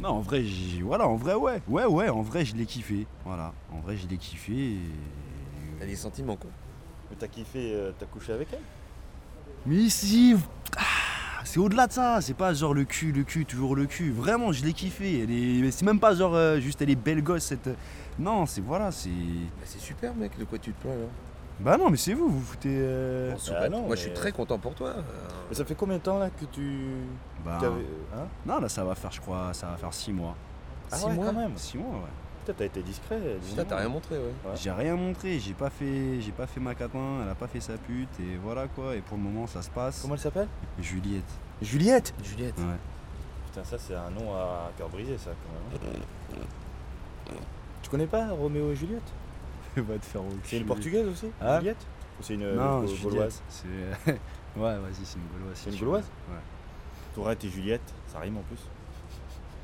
Non, en vrai, j'ai- voilà, en vrai, ouais. Ouais, ouais, en vrai, je l'ai kiffé. Voilà, en vrai, je l'ai kiffé. et- T'as des sentiments quoi. Mais t'as kiffé, euh, t'as couché avec elle Mais si, ah, c'est au-delà de ça. C'est pas genre le cul, le cul, toujours le cul. Vraiment, je l'ai kiffé. Elle est, c'est même pas genre euh, juste elle est belle gosse cette. euh, Non, c'est voilà, c'est. Bah, c'est super mec, de quoi tu te plains là Bah non, mais c'est vous, vous foutez. euh, Bah Super. non, Moi je suis mais- très content pour toi. Euh, Mais ça fait combien de temps là que tu. Bah, t'avais- Hein non, là, ça va faire, je crois, ça va faire 6 mois. Ah Six ouais, mois quand même. 6 mois, ouais. Putain, t'as été discret. dis Putain, donc. t'as rien montré, ouais. Ouais. J'ai rien montré, j'ai pas fait, j'ai pas fait ma capin, elle a pas fait sa pute et voilà quoi. Et pour le moment, ça se passe. Comment elle s'appelle Juliette. Juliette Juliette. Ouais. Putain, ça c'est un nom à cœur brisé ça quand même. Tu connais pas Roméo et Juliette va te faire au C'est cul. une portugaise aussi Hein Juliette Ou c'est une Non, euh, gau- Juliette, gauloise C'est. euh, ouais, vas-y, c'est une gauloise. C'est une si tu Gauloise veux. Ouais. Tourette et Juliette, ça rime en plus.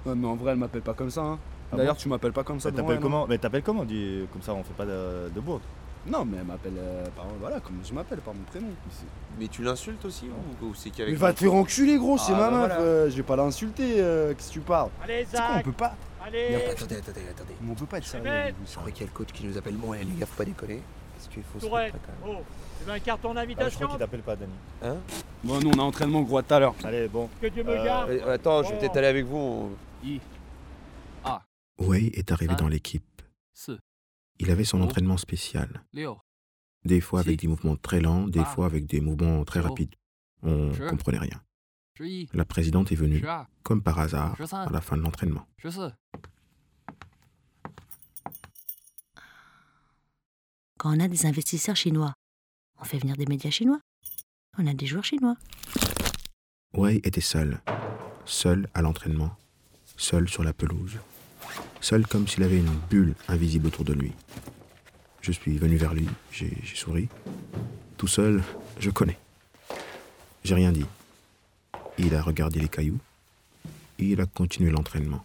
Non, mais en vrai, elle m'appelle pas comme ça. hein. Ah D'ailleurs, tu m'appelles pas comme ça. Ça devant t'appelle elle, comment Mais t'appelles comment dis- Comme ça on fait pas de, de bourde. Ah, hein. Non, mais elle m'appelle euh, par voilà, comme je m'appelle par mon prénom. Mais tu l'insultes aussi ou, ou c'est qu'avec. enculer, gros. c'est ma meuf, euh, je vais pas l'insulter. euh, Qu'est-ce que tu parles Allez, C'est quoi On Zach peut pas. Non, Allez attendez, attendez, attendez. On peut pas être sérieux. Juliette vous Je savez. crois qu'il y a le coach qui nous appelle. Bon, eh, les gars, faut pas déconner. Parce qu'il faut se Tourette mettre là, quand même. Oh Eh ben, carte Ah, je ton crois invitation qu'il t'appelle pas Dani. Bon, nous, on a entraînement, gros, à tout à l'heure. Allez, bon. Que Dieu me Euh, garde Euh, Attends, je vais peut-être aller avec vous. on- Wei est arrivé Ah. dans l'équipe. 四 Il avait son Oh. entraînement spécial, 六 des fois avec Si. des mouvements très lents, des Ah. fois avec des mouvements très Oh. rapides. On Sure. comprenait rien. 十一 La présidente est venue, 十二 comme par hasard, Je sens. à la fin de l'entraînement. 十四 Quand on a des investisseurs chinois, on fait venir des médias chinois. On a des joueurs chinois. Wei était seul, seul à l'entraînement, seul sur la pelouse, seul comme s'il avait une bulle invisible autour de lui. Je suis venu vers lui, j'ai j'ai souri. Tout seul, je connais. J'ai rien dit. Il a regardé les cailloux et il a continué l'entraînement.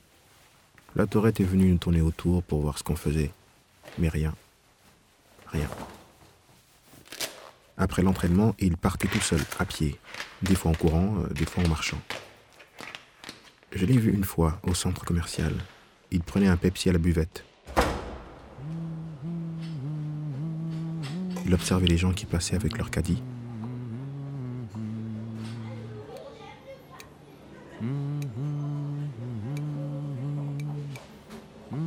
La tourette est venue nous tourner autour pour voir ce qu'on faisait, mais rien. Rien. Après l'entraînement, il partait tout seul, à pied, des fois en courant, euh, des fois en marchant. Je l'ai vu une fois au centre commercial. Il prenait un Pepsi à la buvette. Il observait les gens qui passaient avec leur caddie.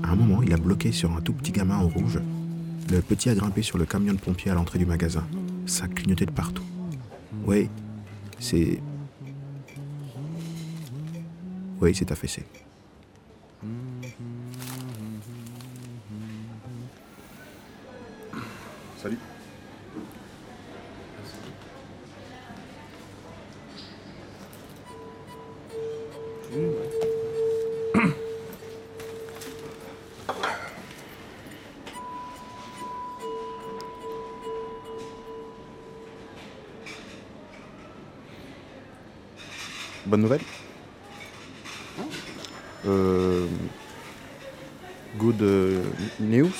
À un moment, il a bloqué sur un tout petit gamin en rouge. Le petit a grimpé sur le camion de pompier à l'entrée du magasin. Ça clignotait de partout. Ouais, c'est. Oui, c'est affaissé. Salut. Bonne nouvelle euh, Good euh, news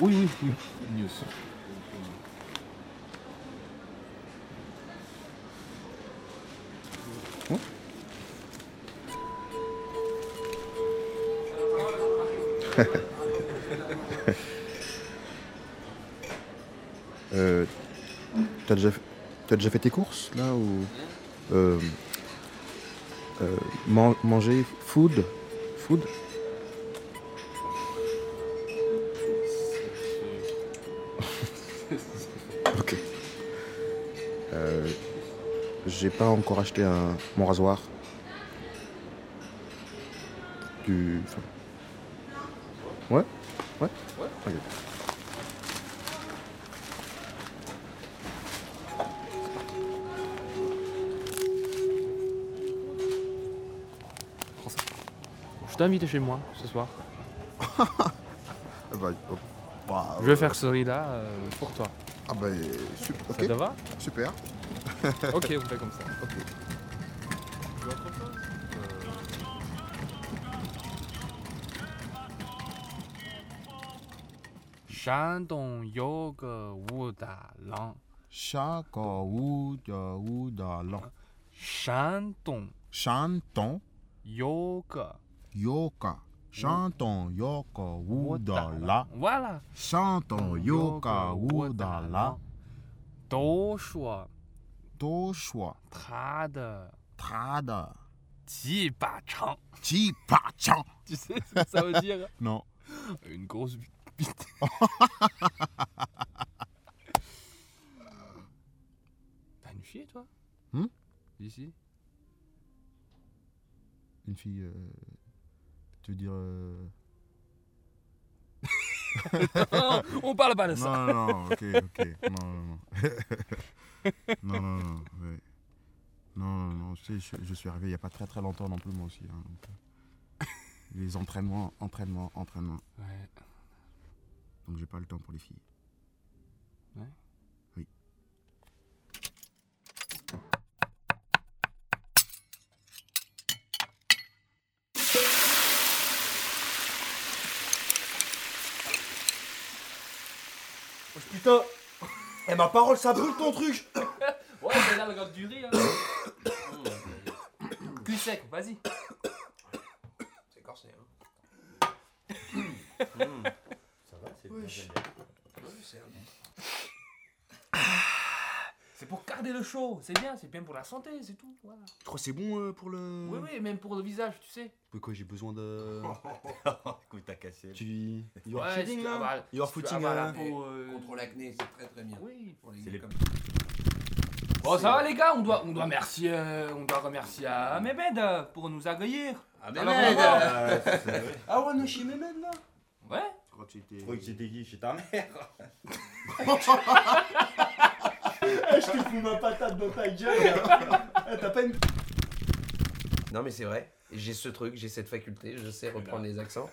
Oui, oui, oui. Euh, t'as déjà, f- t'as déjà fait tes courses là ou euh, euh, man- manger food, food. ok. Euh, J'ai pas encore acheté un, mon rasoir. Du. enfin, Ouais, ouais. Ok. Je t'ai invité chez moi ce soir. Ah bah, oh, bah, Je vais faire ce riz là pour toi. Ah bah, super, Ça te va super. Ok, on fait comme ça. Shandong Yoga Wuda Lang. Chaka ou da ou da lan. Shandong Chanton yoga Yoka. Chantons Yoka Woodala. Voilà. Chantons Yoka Woodala. Toshua. Trada. Chi Pachan. Tu sais ce que ça veut dire hein? Non. Une grosse bite. T'as une fille, toi Hmm Ici Une fille. euh, tu veux dire. euh, Non, on parle pas de ça. Non, non, non, ok, ok. Non, non, non. non, non, non. ouais. Non, non, non, tu sais, je, je suis arrivé il n'y a pas très très longtemps non plus, moi aussi. hein, donc, euh, les entraînements, entraînements, entraînements. Ouais. Donc j'ai pas le temps pour les filles. Putain Eh ma parole, ça brûle ton truc Ouais, c'est là le gars du riz. Hein. Cul sec, vas-y. C'est corsé, hein. Ça va, c'est C'est pour garder le chaud. C'est bien, c'est bien pour la santé, c'est tout. Voilà. Je crois que c'est bon euh, pour le. Oui, oui, même pour le visage, tu sais. Mais quoi, j'ai besoin de. Écoute, t'as cassé. tu. Your Ouais, si shitting tu là avales- Your si tu hein. footing hein. avales là la peau, euh, Contre l'acné, c'est très très bien. Oui. Pour C'est les les- gars comme Bon, ça va les gars, on doit, on doit remercier, euh, on doit remercier à Mehmed euh, pour nous accueillir. Ah, mais Alors, mais, on va euh, Ah ouais, non, chez Mehmed là Ouais. Je crois que c'était. Je crois que c'était qui chez ta mère Je te fous ma patate dans ta gueule T'as pas une. Non, mais c'est vrai. J'ai ce truc, j'ai cette faculté, je sais reprendre les accents.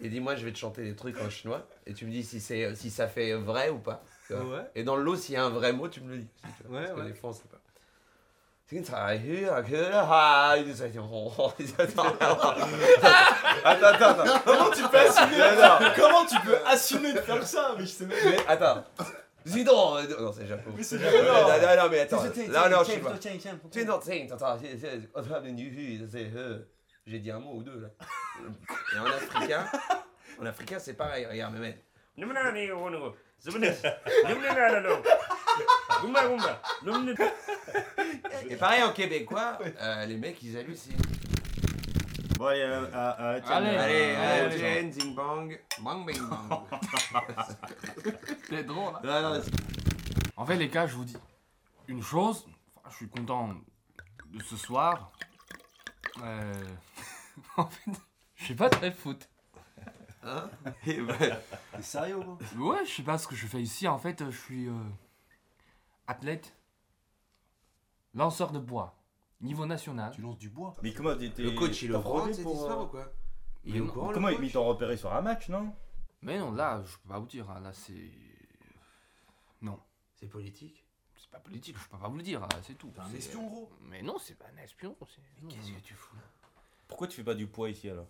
Et dis-moi, je vais te chanter des trucs en chinois. Et tu me dis si, c'est, si ça fait vrai ou pas. tu vois. Ouais. Et dans le lot, s'il y a un vrai mot, tu me le dis. aussi, tu vois, Ouais, Parce que ouais. des fois, on sait pas. C'est une taille, euh, que la haille, ça dit, oh, oh, attends. Attends, attends, attends. Comment tu peux assumer Non, Comment tu peux assumer de faire ça Mais je sais même Mais attends. Zidon euh, Non, c'est japonais. c'est Non, non, non, mais attends. Non, non, je suis pas. Tu es pas. dans Tiens, attends, c'est- c'est- on parle de Nuhu, c'est, euh, J'ai dit un mot ou deux là. Et en africain, en africain c'est pareil, regarde, mais mec. Et pareil en québécois, euh, les mecs ils hallucinent. Bon, allez, euh, euh, tiens, Allez, euh, Allez, allez, allez, Jen, zing bang, bang bang bang. C'est drôle. hein. Non, non, En fait, les gars, je vous dis une chose. Enfin, je suis content de ce soir. Euh... en fait, je suis pas très foot. hein T'es sérieux gros Ouais, je sais pas ce que je fais ici. En fait, je suis euh, athlète, lanceur de bois, niveau national. Tu lances du bois Mais comment t'es. Le coach il t'as le prend rodé cette pour, histoire euh, ou quoi Mais non, le Comment ils coach m'y t'ont repéré sur un match, non Mais non, là, je peux pas vous dire. hein. Là, c'est. Non. C'est politique C'est pas politique, je peux pas vous le dire, hein, c'est tout. un C'est- euh, espion, gros. Mais non, c'est pas un espion. Qu'est-ce que tu fous Pourquoi tu fais pas du poids ici alors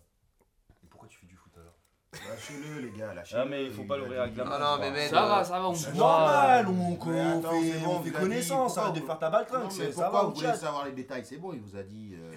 Mais pourquoi tu fais du foot alors Lâchez-le, les gars, lâchez-le. Ah, mais il faut pas l'ouvrir avec la Non, main. Ah, non, je mais crois. mec. Ça va, ça va, on boit. C'est normal, on, on Mais attends, fait, c'est bon, on fait vous l'avez dit, connaissance, arrête de pourquoi vous- faire ta balle Non, trinque, mais c'est- ça pourquoi va, on vous voulez chasse. savoir les détails C'est bon, il vous a dit. euh,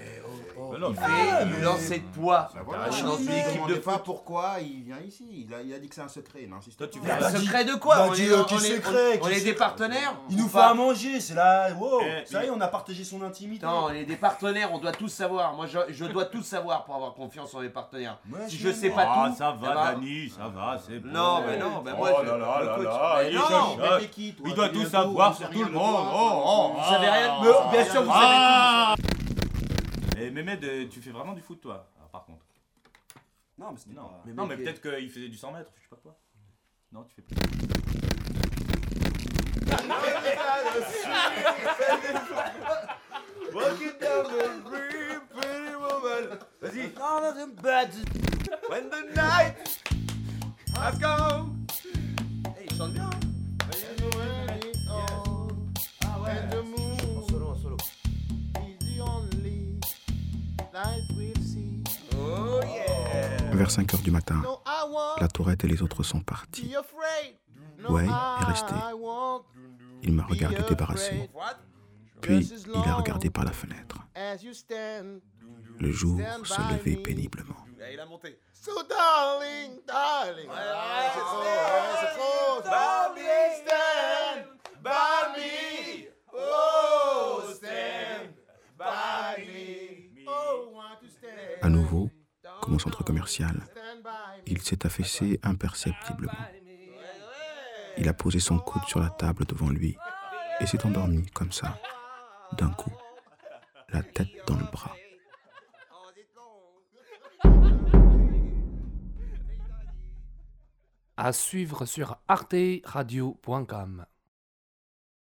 Mais non, Il mais- fait mais- une lancée de poids. Bah Ah, voilà, je suis on dans ne une lui équipe de demandait pas pourquoi il vient ici. Il a, il a dit que c'est un secret, n'insiste pas. Toi, tu Bah, Un verras. dis- secret de quoi bah, On dis, est euh, on qui est- secret, on- on qui est des partenaires Il nous Ou fait pas à manger, c'est là, wow Eh, Ça mais- y est, on a partagé son intimité. Non, on est des partenaires, on doit tous savoir. Moi, je, je dois tout savoir pour avoir confiance en mes partenaires. Ouais, Si c'est je sais bon. pas Ah, tout. ça va, va. Dani, ça va, c'est bon. Non, mais non, mais moi, Oh je- là là le là coach- là, Mais il non, cherche- mais ah, Il doit tout savoir sur tout le monde. Oh, oh, Vous savez rien de- ah, Mais bien sûr, vous ah. Eh, mais Mehmed, euh, tu fais vraiment du foot, toi Alors, Par contre. Non, mais c'était Non, pas- mais, mais non, mais mec, peut-être qu'il faisait du 100 mètres, je sais pas quoi. Non, tu fais pas. Vas-y. Non, non, c'est bad. When the night has come. Eh, il chante bien. hein. En solo, en solo. Oh yeah. Vers 5 heures du matin, la tourette et les autres sont partis. afraid. Ouais est resté. Il m'a regardé débarrassé. What? Puis Puis il a regardé par la fenêtre. Le jour se levait péniblement. il a monté. So darling, darling. c'est trop. Darling, stand by me. Oh, stand by me. Oh, want to stand. À nouveau, comme au centre commercial, il s'est affaissé imperceptiblement. Il a posé son coude sur la table devant lui et s'est endormi comme ça, d'un coup, la tête dans le bras. À suivre sur arteradio.com.